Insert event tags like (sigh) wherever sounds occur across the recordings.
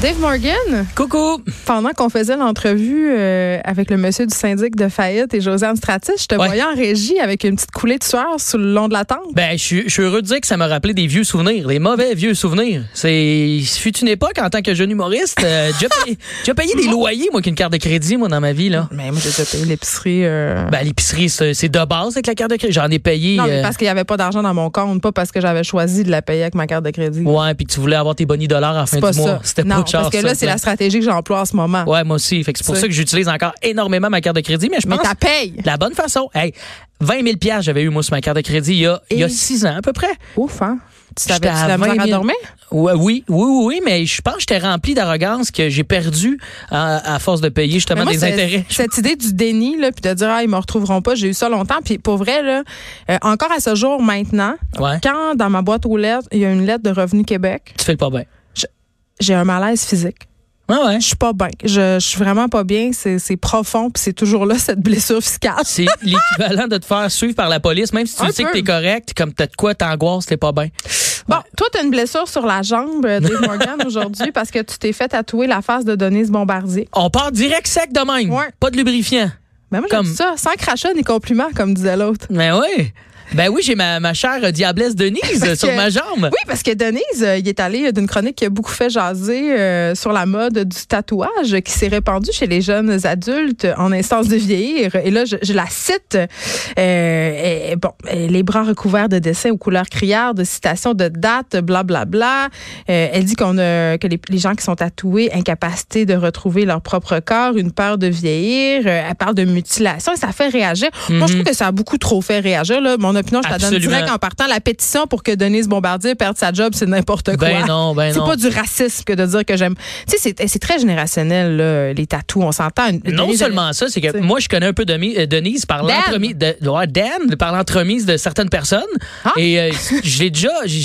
Dave Morgan, Coucou! pendant qu'on faisait l'entrevue euh, avec le monsieur du syndic de faillite et Josiane Stratis, je te Ouais. voyais en régie avec une petite coulée de sueur sur le long de la tente. Ben, je suis- je suis heureux de dire que ça m'a rappelé des vieux souvenirs, des mauvais vieux souvenirs. C'est, fut une époque en tant que jeune humoriste, euh, j'ai payé, (laughs) j'ai payé des loyers, moi, qu'une carte de crédit, moi, dans ma vie, là. Mais moi, j'ai déjà payé l'épicerie. euh, Ben, l'épicerie, c'est c'est de base avec la carte de crédit. J'en ai payé. non, mais euh, parce qu'il n'y avait pas d'argent dans mon compte, pas parce que j'avais choisi de la payer avec ma carte de crédit. Ouais, puis que tu voulais avoir tes bonnies dollars à la fin C'est pas du mois. ça. C'était non, pas de ben. parce que là, c'est la stratégie que j'emploie en ce moment. Ouais, moi aussi. Fait que c'est pour C'est- ça que j'utilise encore énormément ma carte de crédit, mais je mais pense t'as paye. la bonne façon. Hey, 20 000 piastres, j'avais eu, moi, sur ma carte de crédit il y a, il y a Et- six ans, à peu près. Ouf, hein? Tu savais tu J'étais à la misère 20 à 000. dormir? Ouais, oui, oui, oui, oui, mais je pense que j'étais rempli d'arrogance que j'ai perdu à, à force de payer justement Mais moi, des c'est- intérêts. (laughs) Cette idée du déni, là, puis de dire, ah, ils me retrouveront pas, j'ai eu ça longtemps. Puis pour vrai, là, euh, encore à ce jour maintenant, Ouais. quand dans ma boîte aux lettres, il y a une lettre de Revenu Québec, Tu fais le pas bien. j'ai un malaise physique. Ouais, ouais. Je suis pas bien. Je, je suis vraiment pas bien. C'est c'est profond, puis c'est toujours là, (laughs) cette blessure fiscale. (laughs) C'est l'équivalent de te faire suivre par la police, même si tu Un le sais peu. que t'es correct, comme t'as de quoi, t'angoisses, t'es pas bien. Bon, toi, t'as une blessure sur la jambe, euh, Dave Morgan, aujourd'hui, parce que tu t'es fait tatouer la face de Denise Bombardier. On part direct sec de même. Ouais. Pas de lubrifiant. Mais moi, j'aime Comme- ça, sans crachat ni compliment, comme disait l'autre. Mais oui. Ben oui, j'ai ma, ma chère euh, diablesse Denise euh, sur que- ma jambe. Oui, parce que Denise, euh, il est allé euh, d'une chronique qui a beaucoup fait jaser euh, sur la mode du tatouage euh, qui s'est répandue chez les jeunes adultes euh, en instance de vieillir. Et là, je, je la cite. euh, euh, bon, euh, les bras recouverts de dessins aux couleurs criardes, de citations de dates, blablabla. Euh, elle dit qu'on a que les, les gens qui sont tatoués, incapacité de retrouver leur propre corps, une peur de vieillir. euh, elle parle de mutilation et ça fait réagir. Moi, je trouve que ça a beaucoup trop fait réagir. Là. Mon opinion, je la donne Absolument. direct en partant. La pétition pour que Denise Bombardier perde sa job, c'est n'importe quoi. Ben non, ben c'est non. pas du racisme que de dire que j'aime. Tu sais, c'est- c'est très générationnel, là, les tatous. On s'entend. Une- Non Denise, seulement ça, c'est que T'sais. moi, je connais un peu Demi- euh, Denise par Dan. l'entremise de, ouais, Dan, par l'entremise de certaines personnes. Ah. Et euh, je l'ai déjà, j'ai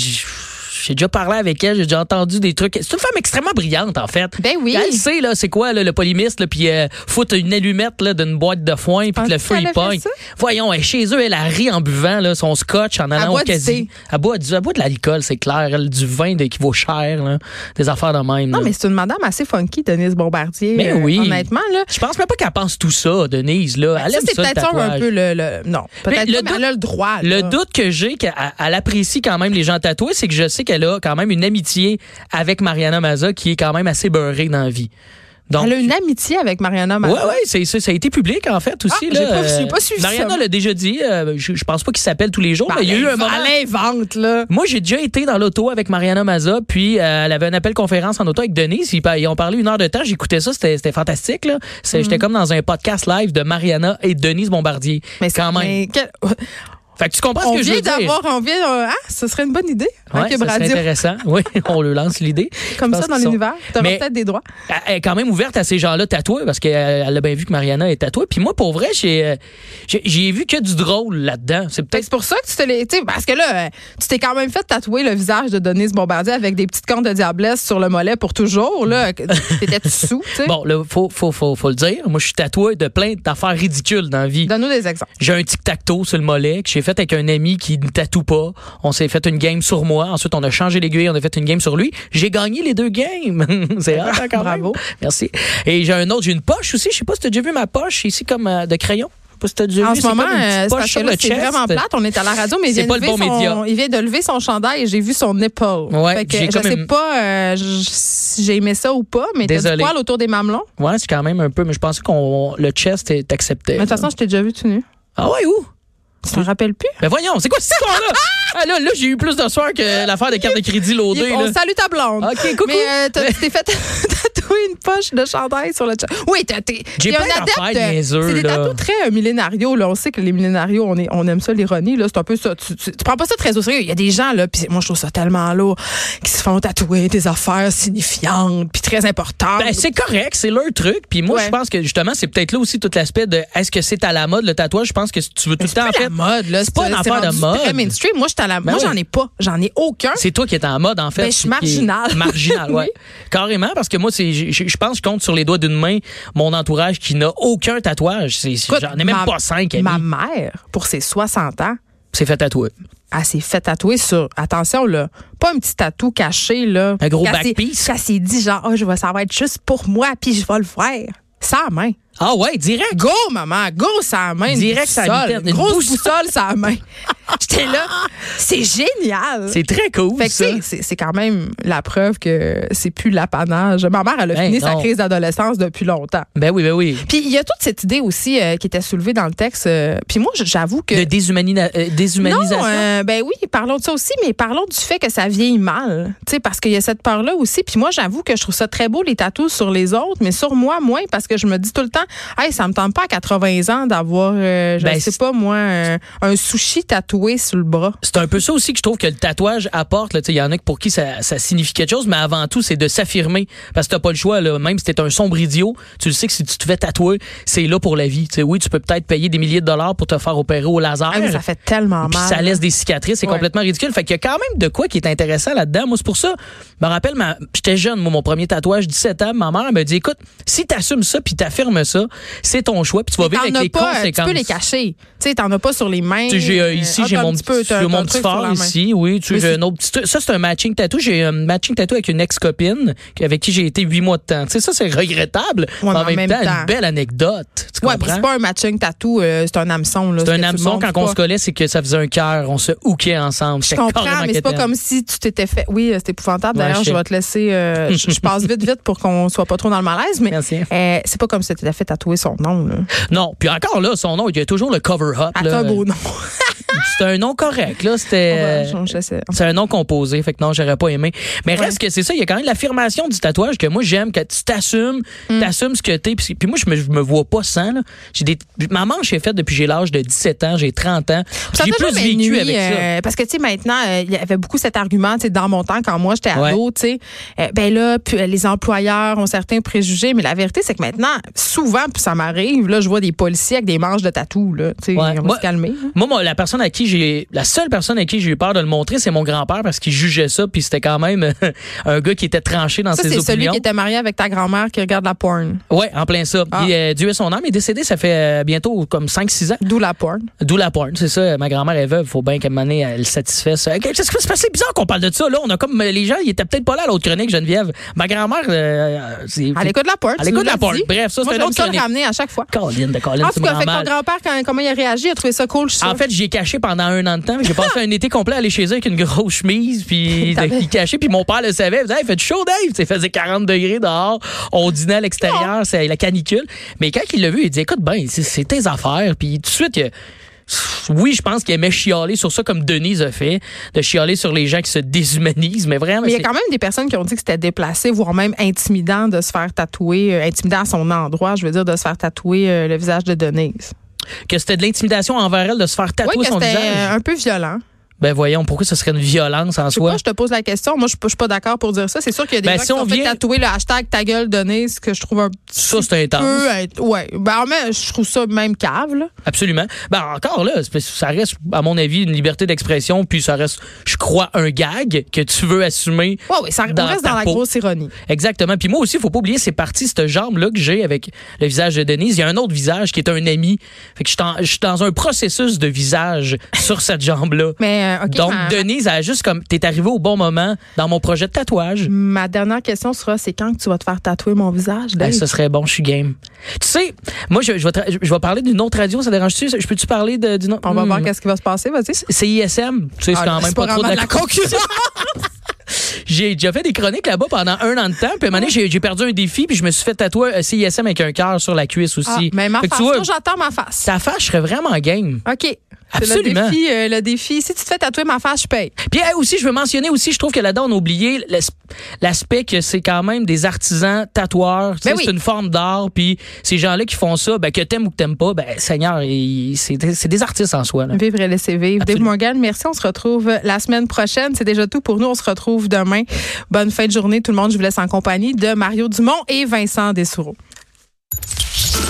j'ai déjà parlé avec elle, j'ai déjà entendu des trucs. C'est une femme extrêmement brillante, en fait. Ben oui. Elle sait, là, c'est quoi, là, le polymiste, là, puis euh, foutre une allumette, là, d'une boîte de foin, puis que le Penses-tu feu, qu'elle il a fait pogne. ça? Voyons, elle, est chez eux, elle a ri en buvant, là, son scotch, en allant boit au du casier. thé. Elle boit du, elle boit de l'alcool, c'est clair. Elle, du vin de, qui vaut cher, là. Des affaires de même, Non, là. mais c'est une madame assez funky, Denise Bombardier. Mais euh, oui. Honnêtement, là. Je pense même pas qu'elle pense tout ça, Denise, là. Elle Ben, ça, aime c'est ça, le peut-être ça un tatouage. peu le. le- non, Mais peut-être le pas, mais doute- elle a le droit. Le là. doute que j'ai qu'elle elle apprécie quand même les gens tatoués, c'est que je sais qu'elle a quand même une amitié avec Mariana Maza qui est quand même assez beurrée dans la vie. Donc, Elle a une amitié avec Mariana ouais, Mazza. ouais, c'est ça, ça a été public en fait aussi. Ah, là. j'ai pas- j'ai Euh, pas suivi ça, Mariana moi. l'a déjà dit. euh, je, je pense pas qu'il s'appelle tous les jours, Ben, mais Oh, il y a eu un moment. Elle invente, là. Moi, j'ai déjà été dans l'auto avec Mariana Maza, puis euh, elle avait un appel conférence en auto avec Denise. Ils, pa- ils ont parlé une heure de temps. J'écoutais ça, c'était c'était fantastique. là. Mm-hmm. C'est- J'étais comme dans un podcast live de Mariana et Denise Bombardier. Mais c'est- quand même. mais quel- Fait que tu comprends on ce que je vient veux dire. d'avoir, on vient. euh, ah, ce serait une bonne idée. hein, Ouais, Cube ça serait Radio. intéressant. (laughs) Oui, on le lance l'idée. Comme Je pense ça, dans qu'ils sont- l'univers, t'auras Mais- peut-être des droits. Elle est quand même ouverte à ces gens-là tatoués parce qu'elle elle a bien vu que Mariana est tatouée. Puis moi, pour vrai, j'ai euh, j'ai j'ai vu que du drôle là-dedans. C'est Fait que peut-être C'est pour ça que tu te l'es. tu sais, Parce que là, euh, tu t'es quand même fait tatouer le visage de Denise Bombardier avec des petites cornes de diablesse sur le mollet pour toujours. là. T'étais-tu sous? tu sais? Mm. bon. Là, faut faut faut faut le dire. Moi, je suis tatoué de plein d'affaires ridicules dans la vie. Donne-nous des exemples. J'ai un tic-tac-toe sur le mollet que j'ai fait avec un ami qui ne tatoue pas. On s'est fait une game sur moi. Ensuite, on a changé l'aiguille. On a fait une game sur lui. J'ai gagné les deux games. (laughs) C'est hot, hein, quand même. Bravo. Merci. Et j'ai un autre. J'ai une poche aussi. Je sais pas si t'as déjà vu ma poche ici comme euh, de crayon. Je sais pas si t'as déjà En vu. ce C'est moment, comme une petite euh, c'est poche parce que sur là, le c'est chest. vraiment plate. On est à la radio, mais il C'est vient, de pas le lever bon son- média. il vient de lever son chandail et j'ai vu son épaule. Ouais, Fait que j'ai je comme sais une- pas euh, je- si j'ai aimé ça ou pas, mais t'as du Désolé. poil autour des mamelons. Ouais, c'est quand même un peu. Mais je pensais qu'on le chest est accepté. Mais de toute façon, je t'ai déjà vu tout nu. ah ouais où Tu t'en rappelles plus? Ben voyons, c'est quoi cette histoire (laughs) là Ah là, là j'ai eu plus de soir que l'affaire de carte de crédit Il- loadée. on là. salue ta blonde. Ok, coucou. Mais euh, t'as- tu t'es fait (laughs) tatouer une poche de chandail sur le chat. Oui, t'as- t'es J'ai t'es un plein d'affaires adepte. niaiseux, C'est des là. tatous très euh, millénarios. Là. On sait que les millénarios, on, est, on aime ça, l'ironie. là. C'est un peu ça. Tu, tu- tu prends pas ça très au sérieux. Il y a des gens, là, puis moi, je trouve ça tellement lourd, qui se font tatouer des affaires signifiantes, puis très importantes. Ben, c'est correct, c'est leur truc. Puis moi, Ouais. je pense que justement, c'est peut-être là aussi tout l'aspect de est-ce que c'est à la mode le tatouage? Je pense que tu veux tout le temps en pas la fait. mode, là. c'est pas une affaire de rendu mode. Très mainstream. Moi, j'étais à la- Ben moi, oui. j'en ai pas. J'en ai aucun. C'est toi qui es en mode, en fait. Ben, je suis qui- qui est marginale. (laughs) Marginale, ouais. Carrément, parce que moi, c'est, je, je- je pense que je compte sur les doigts d'une main mon entourage qui n'a aucun tatouage. C'est, c'est- Écoute, j'en ai même ma- pas cinq, amis. Ma mère, pour ses 60 ans, C'est fait tatouer. elle s'est fait tatouer sur, attention là, pas un petit tatou caché là. Un gros Qu'elle s'est- backpiece. Qu'elle s'est dit genre, oh, je vais, ça va être juste pour moi, puis je vais le faire. Sa main. Ah ouais, direct. Go, maman, go, sa main. une Direct sa boussole, vitesse, une une grosse boussole. boussole, sa (laughs) main. J'étais là, c'est génial. C'est très cool, Fait que ça. c'est- c'est c'est quand même la preuve que c'est plus l'apanage. Ma mère, elle a Ben fini sa non. crise d'adolescence depuis longtemps. Ben oui, ben oui. Puis il y a toute cette idée aussi euh, qui était soulevée dans le texte. euh, puis moi, j'avoue que De déshumanina- euh, déshumanisation. non, hein. euh, ben oui, parlons de ça aussi, mais parlons du fait que ça vieillit mal. Tu sais, parce qu'il y a cette peur-là aussi. Puis moi, j'avoue que je trouve ça très beau, les tatous sur les autres, mais sur moi, moins, parce que je me dis tout le temps, hey, ça me tente pas à 80 ans d'avoir, euh, je Ben, sais c'est- pas moi, un, un sushi tatoué sur le bras. C'est un peu ça aussi que je trouve que le tatouage apporte. là. Tu sais, Il y en a pour qui ça, ça signifie quelque chose, mais avant tout, c'est de s'affirmer. Parce que t'as pas le choix. Là. Même si t'es un sombre idiot, tu le sais que si tu te fais tatouer, c'est là pour la vie. Tu sais, oui, tu peux peut-être payer des milliers de dollars pour te faire opérer au laser. Ah, mais ça fait tellement Puis mal. ça laisse des cicatrices, c'est Ouais. complètement ridicule. Fait qu'il y a quand même de quoi qui est intéressant là-dedans. Moi, c'est pour ça, je me rappelle, ma... j'étais jeune, moi, mon premier tatouage, 17 ans, ma mère me dit, écoute, si t'assumes ça puis t'affirmes ça, c'est ton choix puis tu vas T'en vivre avec as les pas, conséquences. tu peux les cacher. Tu sais, t'en as pas sur les mains. Tu sais, j'ai euh, ici, Ah, j'ai t'as mon un petit, peu, t'as- j'ai t'as mon un petit truc sur phare la main. ici, oui. Tu sais, Mais j'ai c'est- un autre petit truc. Ça, c'est un matching tattoo. J'ai un matching tattoo avec une ex-copine qui- avec qui j'ai été huit mois de temps. Tu sais, ça, c'est regrettable. Ouais, mais mais en en même, même temps, temps- une belle anecdote. Tu Ouais, puis comprends? c'est pas un matching tatou, euh, c'est un hameçon. là, C'est ce que un tu hameçon, montres, quand c'est on pas- se collait, c'est que ça faisait un cœur. On se hookait ensemble. Je comprends, mais c'est pas comme si tu t'étais fait. Oui, euh, c'est épouvantable. Ouais, D'ailleurs, je je sais. vais te laisser. euh, je je passe vite, vite pour qu'on soit pas trop dans le malaise, mais Merci. euh, c'est pas comme si tu t'étais fait tatouer son nom. Là. Non, puis encore là, son nom, il y a toujours le cover-up. Ah, là. euh, c'est un beau nom. euh, C'est un nom correct, là. C'était. Je- je sais. C'est un nom composé, fait que non, j'aurais pas aimé. Mais reste que c'est ça, il y a quand même l'affirmation du tatouage que moi j'aime, que tu t'assumes, Mm. t'assumes ce que t'es. Puis, puis moi, je me, je me vois pas sans. Là. J'ai des, ma manche est faite depuis j'ai l'âge de 17 ans, j'ai 30 ans. Ça a J'ai toujours plus vécu nuit, avec ça. euh, parce que, tu sais, maintenant, euh, il y avait beaucoup cet argument, tu sais, dans mon temps, quand moi, j'étais Ouais. ado, tu sais, euh, ben là, puis, euh, les employeurs ont certains préjugés, mais la vérité, c'est que maintenant, souvent, puis ça m'arrive, là, je vois des policiers avec des manches de tatou, là, tu sais, Ouais. on va Moi- se calmer. Moi, moi, la personne à qui j'ai, la seule personne à qui j'ai eu peur de le montrer, c'est mon grand-père parce qu'il jugeait ça, puis c'était quand même (laughs) un gars qui était tranché dans Ça, ses c'est opinions. celui qui était marié avec ta grand-mère qui regarde la porn. Ouais, en plein ça. Ah. Il, euh, Dieu est son âme, il est décédé, ça fait euh, bientôt comme 5-6 ans. D'où la porn. D'où la porn, c'est ça. Ma grand-mère est veuve, faut bien qu'à un moment donné, elle satisfasse. Euh, Qu'est-ce qui se passe? C'est bizarre qu'on parle de ça, là. On a comme, euh, les gens, ils étaient peut-être pas là à l'autre chronique, Geneviève. Ma grand-mère, euh, c'est. À l'écoute de la porn. À tu l'écoute nous de la l'as porn. dit. Bref, ça, Moi, c'est une j'aime autre ça le chronique. ramener à chaque fois. Colin de Colin, En c'est tout mon cas, Ah, fait que ton grand-mère. grand-père, quand, comment il a réagi, il a trouvé ça Ah! cool, je suis sûre. En fait, j'ai caché pendant un an de temps. J'ai passé un été complet à aller chez eux avec une grosse chemise, (laughs) puis de- T'avais- il cachait, puis mon père le savait. Il faisait, hey, fait chaud, Dave. Il faisait 40 degrés dehors. On dînait à l'extérieur, c'est la canicule. Mais quand il l'a vu, il dit, écoute, ben, c'est- c'est tes affaires. Puis tout de suite, il a- oui, je pense qu'il aimait chialer sur ça comme Denise a fait, de chialer sur les gens qui se déshumanisent, mais vraiment. Mais il y c'est- a quand même des personnes qui ont dit que c'était déplacé, voire même intimidant de se faire tatouer, euh, intimidant à son endroit, je veux dire, de se faire tatouer euh, le visage de Denise. que c'était de l'intimidation envers elle de se faire Oui, tatouer que son c'était euh, visage. un peu violent. Ben voyons, pourquoi ce serait une violence en Je sais soi? pas, je te pose la question. Moi, je suis pas- je suis pas d'accord pour dire ça. C'est sûr qu'il y a des Ben, gens si qui on ont fait vient- tatouer le hashtag ta gueule Denise, que je trouve un petit Ça, c'est intense. peu... être- Ouais. Ben, mais je trouve ça même cave, là. Absolument. Ben encore là, c'est parce que ça reste, à mon avis, une liberté d'expression, puis ça reste, je crois, un gag que tu veux assumer. Ouais, ouais, ça on Dans reste ta dans la peau. grosse ironie. Exactement. Puis moi aussi, il faut pas oublier, c'est parti, cette jambe-là que j'ai avec le visage de Denise. Il y a un autre visage qui est un ami. Fait que je suis en- je suis dans un processus de visage sur cette jambe-là. Mais, euh, (laughs) OK, Donc, ma- Denise, elle a juste comme, t'es arrivé au bon moment dans mon projet de tatouage. ma dernière question sera, c'est quand que tu vas te faire tatouer mon visage, Ben, Denise? ce serait bon, je suis game. Tu sais, moi, je, je vais, tra- je vais parler d'une autre radio, ça dérange-tu? Je peux-tu parler de- d'une autre? On va Hmm. voir qu'est-ce qui va se passer. Vas-y. CISM, tu sais, c'est Ah, quand là, même c'est pas, trop de vraiment la, concurrence. (laughs) J'ai déjà fait des chroniques là-bas pendant un an de temps. Puis à un moment donné, j'ai- j'ai perdu un défi, puis je me suis fait tatouer euh, un CISM avec un cœur sur la cuisse aussi. Ah, mais ma Fait que face, tu vois, toi, j'attends ma face. sa face, je serais vraiment game. OK. Absolument. C'est le défi, euh, le défi. Si tu te fais tatouer ma face, je paye. Puis eh, aussi, je veux mentionner aussi, je trouve que là-dedans, on a oublié l'as- l'aspect que c'est quand même des artisans tatoueurs. Tu sais, Ben oui. C'est une forme d'art. Puis ces gens-là qui font ça, ben, que t'aimes ou que t'aimes pas, ben, Seigneur, ils- c'est des c'est des artistes en soi. là. Vivre et laisser vivre. Dave Morgan, merci. On se retrouve la semaine prochaine. C'est déjà tout pour nous. On se retrouve demain. Bonne fin de journée, tout le monde. Je vous laisse en compagnie de Mario Dumont et Vincent Dessoureau.